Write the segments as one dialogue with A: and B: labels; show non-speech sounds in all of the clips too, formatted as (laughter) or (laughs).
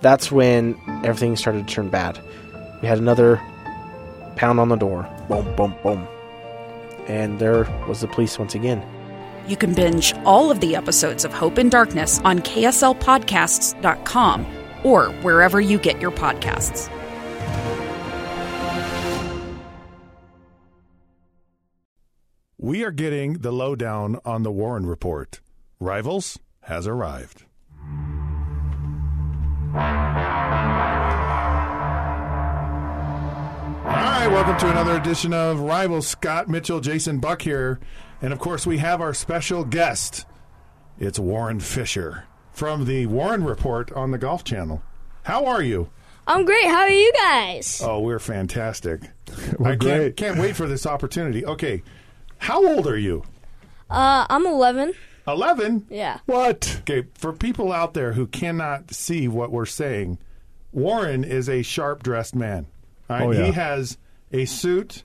A: That's when everything started to turn bad. We had another pound on the door. Boom, boom, boom. And there was the police once again.
B: You can binge all of the episodes of Hope and Darkness on KSLPodcasts.com or wherever you get your podcasts.
C: We are getting the lowdown on the Warren Report. Rivals has arrived. All right, welcome to another edition of Rivals. Scott Mitchell, Jason Buck here. And of course, we have our special guest. It's Warren Fisher from the Warren Report on the Golf Channel. How are you?
D: I'm great. How are you guys?
C: Oh, we're fantastic.
E: We're
C: I can't,
E: great.
C: can't wait for this opportunity. Okay, how old are you?
D: Uh, I'm 11.
C: 11?
D: Yeah.
C: What? Okay, for people out there who cannot see what we're saying, Warren is a sharp dressed man. All right?
E: Oh, yeah.
C: He has a suit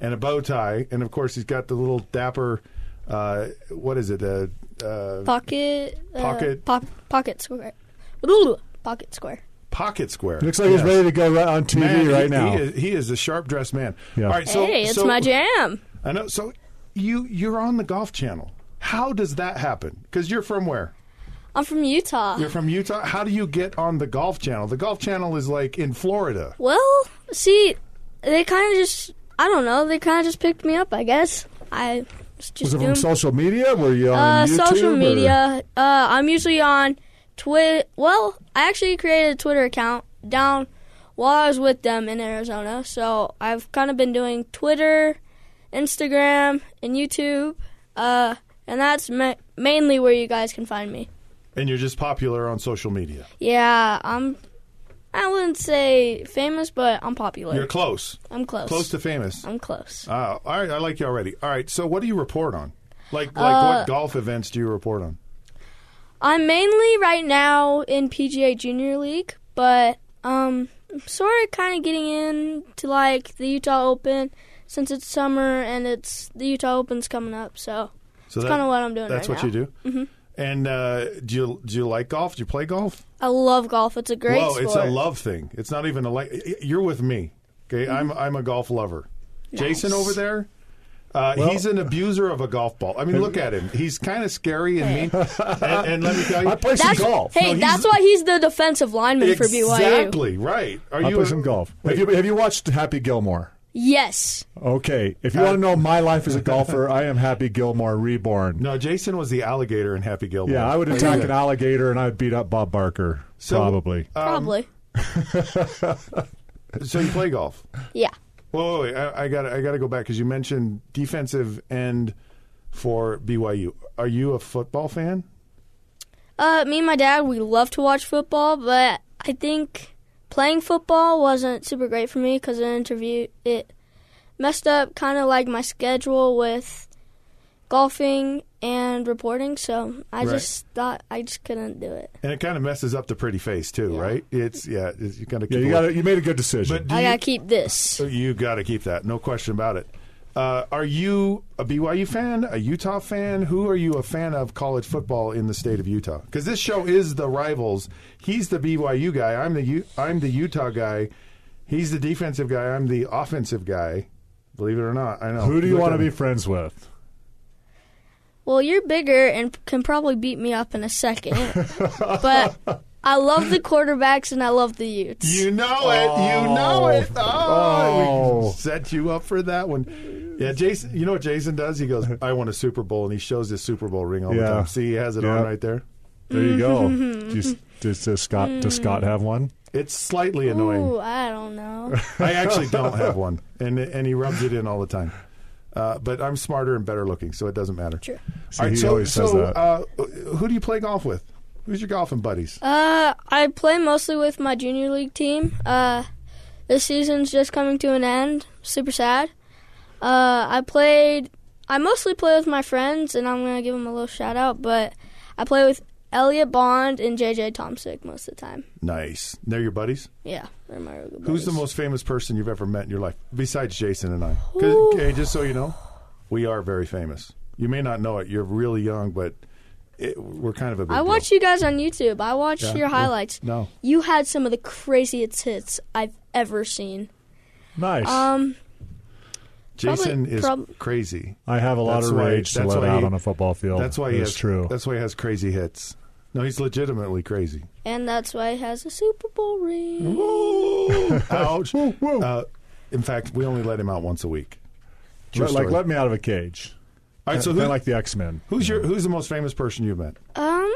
C: and a bow tie, and of course, he's got the little dapper, uh, what is it? Uh, uh,
D: Pocket. Uh,
C: Pocket.
D: Pop, pocket square. Ooh, pocket square.
C: pocket square.
E: Looks like
C: Yes.
E: he's ready to go right on TV
C: Man, he-
E: right now.
C: He is, he is a sharp dressed man.
E: Yeah.
C: All right, so,
D: hey, it's
C: so-
D: my jam.
C: I know. So you, you're on the golf channel. How does that happen? Because you're from where?
D: I'm from Utah.
C: You're from Utah. How do you get on the Golf Channel? The Golf Channel is like in Florida.
D: well, see, they kind of just, I don't know, they kind of just picked me up, I guess. I was just
E: was it
D: doing
E: from social media? Were you on
D: uh,
E: YouTube?
D: social
E: or-
D: media. Uh, I'm usually on Twitter. Well, I actually created a Twitter account down while I was with them in Arizona. So I've kind of been doing Twitter, Instagram, and YouTube. Uh, and that's ma- mainly where you guys can find me.
C: And you're just popular on social media.
D: Yeah, I'm. I wouldn't say famous, but I'm popular.
C: You're close.
D: I'm close.
C: Close to famous.
D: I'm close.
C: Uh, all right, I like you already. All right, so what do you report on? Like, like
D: Uh,
C: what golf events do you report on?
D: I'm mainly right now in PGA Junior League, but um, I'm sort of kind of getting into like the Utah Open since it's summer and it's the Utah Open's coming up. So
C: So
D: kinda what I'm doing
C: That's
D: right
C: what you do. Mm-hmm. And uh, do you do you like golf? Do you play golf?
D: I love golf. It's a great
C: Whoa,
D: sport.
C: it's a love thing. It's not even a like. You're with me. Okay,
D: Mm-hmm.
C: I'm I'm a golf lover. Jason over there. Uh, he's an abuser of a golf ball. I mean, look at him. He's kind of scary and
E: (laughs)
C: mean. and, and let me tell you,
E: I play some
D: That's,
E: golf.
D: Hey,
C: No, he's-
D: that's why he's the defensive lineman for BYU.
C: Exactly right. Are
E: I
C: you
E: play some golf. Have you, have you watched Happy Gilmore?
D: Yes.
C: Um,
E: Okay. If
C: Uh,
E: you want to know my
C: (laughs)
E: life as a golfer, I am Happy Gilmore reborn.
C: No, Jason was the alligator in Happy Gilmore.
E: Yeah, I would attack an alligator and I would beat up Bob Barker.
C: So- uh,
E: probably.
D: Probably.
C: So you play
E: (laughs)
C: golf.
D: yeah.
C: Whoa, wait, wait, I, I got I got to go back because you mentioned defensive end for BYU. Are you a football fan?
D: Uh, me and my dad, we love to watch football, but I think playing football wasn't super great for me because an interview it messed up kind of like my schedule with golfing and reporting. So I
C: Right.
D: just thought I just couldn't do it.
C: And it kind of messes up the pretty face too, right? It's yeah, it's, you got to
E: Yeah, you got you made a good decision.
C: But
D: I
C: do
D: gotta keep this.
C: you, you got to keep that, no question about it. Uh, are you a BYU fan, a Utah fan? Who are you a fan of college football in the state of Utah? Because this show is the rivals. He's the BYU guy. I'm the U- I'm the Utah guy. He's the defensive guy. I'm the offensive guy. Believe it or not, I know.
E: Who do you
C: Look
E: want to
C: at
E: be
C: him.
E: friends with?
D: Well, you're bigger and can probably beat me up in
C: (laughs)
D: a second, but I love the quarterbacks and I love the Utes.
C: You know it. You know it. Oh,
E: Oh.
C: we set you up for that one. Yeah, Jason. You know what Jason does? He goes, "I won a Super Bowl," and he shows his Super Bowl ring all the
E: Yeah.
C: time. See, he has it
E: Yeah.
C: on right there.
E: There
D: (laughs)
E: you go. Does- does, does Scott does Scott have one?
C: It's slightly annoying.
D: Ooh, I don't
C: (laughs)
D: know.
C: I
D: (laughs)
C: actually don't have one, and and he rubs it in all the time. Uh, but I'm smarter and better looking, so it doesn't matter.
D: True.
C: All right,
E: he
C: so,
E: always says
C: so,
E: that.
C: Uh, who do you play golf with? Who's your golfing buddies?
D: Uh, I play mostly with my junior league team. Uh, this season's just coming to an end. Super sad. Uh, I played. I mostly play with my friends, and I'm gonna give them a little shout out. But I play with Elliot Bond and JJ Tomsick most of the time.
C: Nice. They're your buddies.
D: Yeah, they're my real good
C: Who's the
D: buddies.
C: most famous person you've ever met in your life besides Jason and I? 'Cause- Okay, just so you know, we are very famous. You may not know it. You're really young, but it, we're kind of a big.
D: I
C: deal.
D: watch you guys on YouTube. I watch
C: Yeah,
D: your
C: well,
D: highlights.
C: no.
D: You had some of the craziest hits I've ever seen.
E: (laughs) Nice.
D: Um,
C: Jason
D: probably-
C: is
D: prob-
C: crazy.
E: I have a lot
C: that's
E: of
C: why-
E: rage to
C: that's
E: let
C: why
E: out
C: he-
E: on a football field.
C: That's why he
E: it's
C: has
E: true.
C: That's why he has crazy hits. No, he's legitimately
E: (laughs)
C: crazy.
D: and that's why he has a Super Bowl ring.
C: Ouch. Uh, in fact, we only let him out once a week. True
E: Let- like
C: story.
E: let me out of a cage.
C: All right. So
E: They're
C: who,
E: like the X Men.
C: who's your who's the most famous person you've met?
D: Um,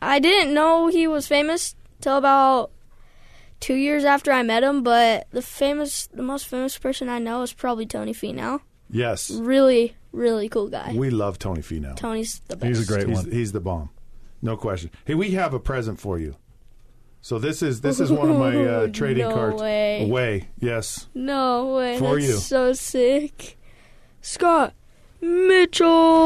D: I didn't know he was famous till about two years after I met him. But the famous, the most famous person I know is probably Tony Finau.
C: Yes,
D: Really, really cool guy.
C: we love Tony Finau.
D: Tony's the best.
E: He's a great
C: he's,
E: one.
C: he's the bomb, no question. Hey, we have a present for you. So this is this is one of my
D: (laughs)
C: uh, trading
D: No
C: cards.
D: way.
C: Away, yes.
D: No way.
C: For
D: that's
C: you.
D: so sick. Scott Mitchell.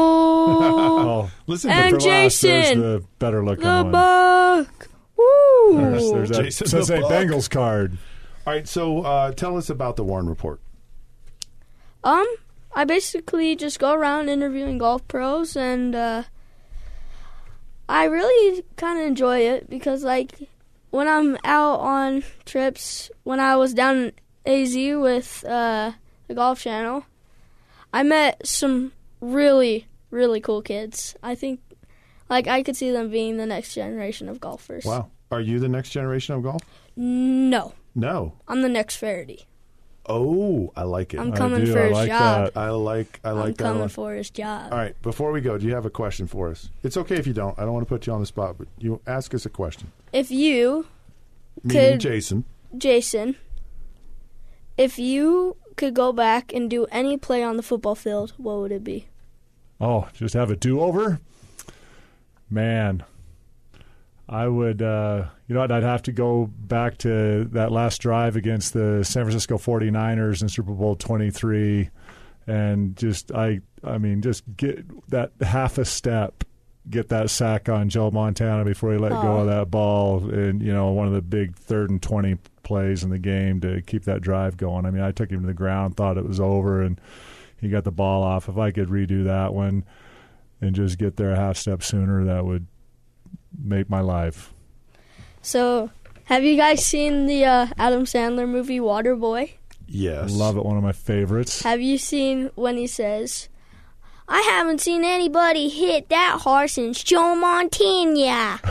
E: (laughs) Oh,
C: Listen,
E: but
D: And
E: for last, there's
D: Jason.
E: the better looking
D: the
E: one.
D: buck. Woo.
E: There's, there's that
C: Jason
E: says
C: the
E: a
C: Buck.
E: Bengals card.
C: all right. So uh, tell us about the Warren Report.
D: Um, I basically just go around interviewing golf pros, and uh, I really kind of enjoy it because, like, when I'm out on trips, when I was down in AZ with uh, the Golf Channel, I met some really, really cool kids. I think, like, I could see them being the next generation of golfers.
C: Wow, are you the next generation of golf?
D: No,
C: No.
D: I'm the next Faraday.
C: Oh, I like it.
D: I'm
E: I
D: coming
E: do,
D: for
E: I
D: his
E: like
D: job.
E: that.
C: I like I
D: I'm
C: like that.
D: coming
C: one.
D: for his job.
C: All right, before we go, do you have a question for us? It's okay if you don't. I don't want to put you on the spot, but you ask us a question.
D: If you
C: Meaning
D: Could-
C: Jason.
D: Jason, if you could go back and do any play on the football field, what would it be?
E: Oh, just have a do over? Man. I would, uh, you know what? I'd have to go back to that last drive against the San Francisco 49ers in Super Bowl 23 and just, I, I mean, just get that half a step, get that sack on Joe Montana before he let go
D: Aw.
E: of that ball and, you know, one of the big third and 20 plays in the game to keep that drive going. I mean, I took him to the ground, thought it was over, and he got the ball off. If I could redo that one and just get there a half step sooner, that would make my life.
D: So, have you guys seen the uh, Adam Sandler movie Waterboy?
E: I
C: Yes.
E: love it. One of my favorites.
D: Have you seen when he says, I haven't seen anybody hit that hard since Joe Montana?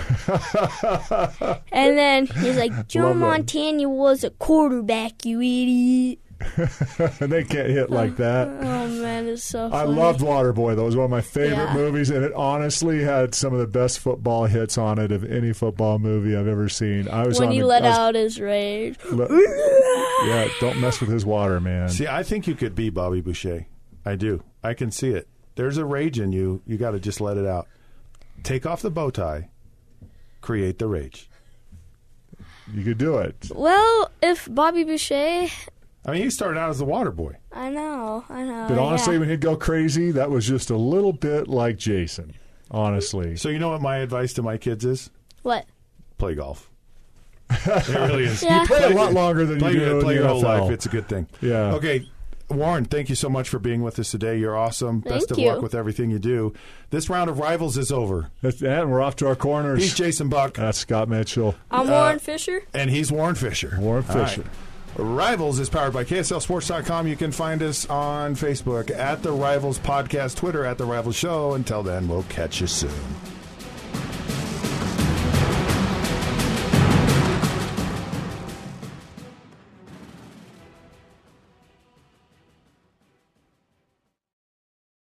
E: (laughs)
D: and then he's like, Joe
E: Love that.
D: Montana was a quarterback, you idiot.
E: and they can't
D: (laughs)
E: hit like that.
D: Oh man, it's so
E: I
D: funny.
E: loved Waterboy. That was one of my favorite
D: Yeah.
E: movies, and it honestly had some of the best football hits on it of any football movie I've ever seen. I was
D: when
E: on
D: he
E: the,
D: let
E: I was-
D: out his rage. (laughs)
E: le- yeah, don't mess with his water, man.
C: See, I think you could be Bobby Boucher. I do. I can see it. There's a rage in you. You got to just let it out. Take off the bow tie. Create the rage.
E: You could do
D: Oh,
E: it.
D: Well, if Bobby Boucher,
C: I mean, he started out as the water boy.
D: I know, I know.
E: But honestly,
D: yeah.
E: when he'd go crazy, that was just a little bit like Jason. Honestly,
C: So you know what my advice to my kids is?
D: what?
C: Play golf. (laughs) it really is.
D: Yeah. You
E: play a lot longer than
C: play
E: you do
C: your,
E: in
C: play
E: the
C: your whole
E: NFL.
C: life. It's a good thing.
E: Yeah.
C: Okay, Warren, thank you so much for being with us today. You're awesome. Best
D: Thank
C: of
D: you.
C: luck with everything you do. This round of rivals is over.
E: That's, and we're off to our corners.
C: He's Jason Buck,
E: That's Scott Mitchell.
D: I'm Warren
E: uh,
D: Fisher.
C: and he's Warren Fisher.
E: Warren
C: All right.
E: Fisher.
C: Rivals is powered by KSLSports.com. You can find us on Facebook at The Rivals Podcast, Twitter at The Rivals Show. Until then, we'll catch you soon.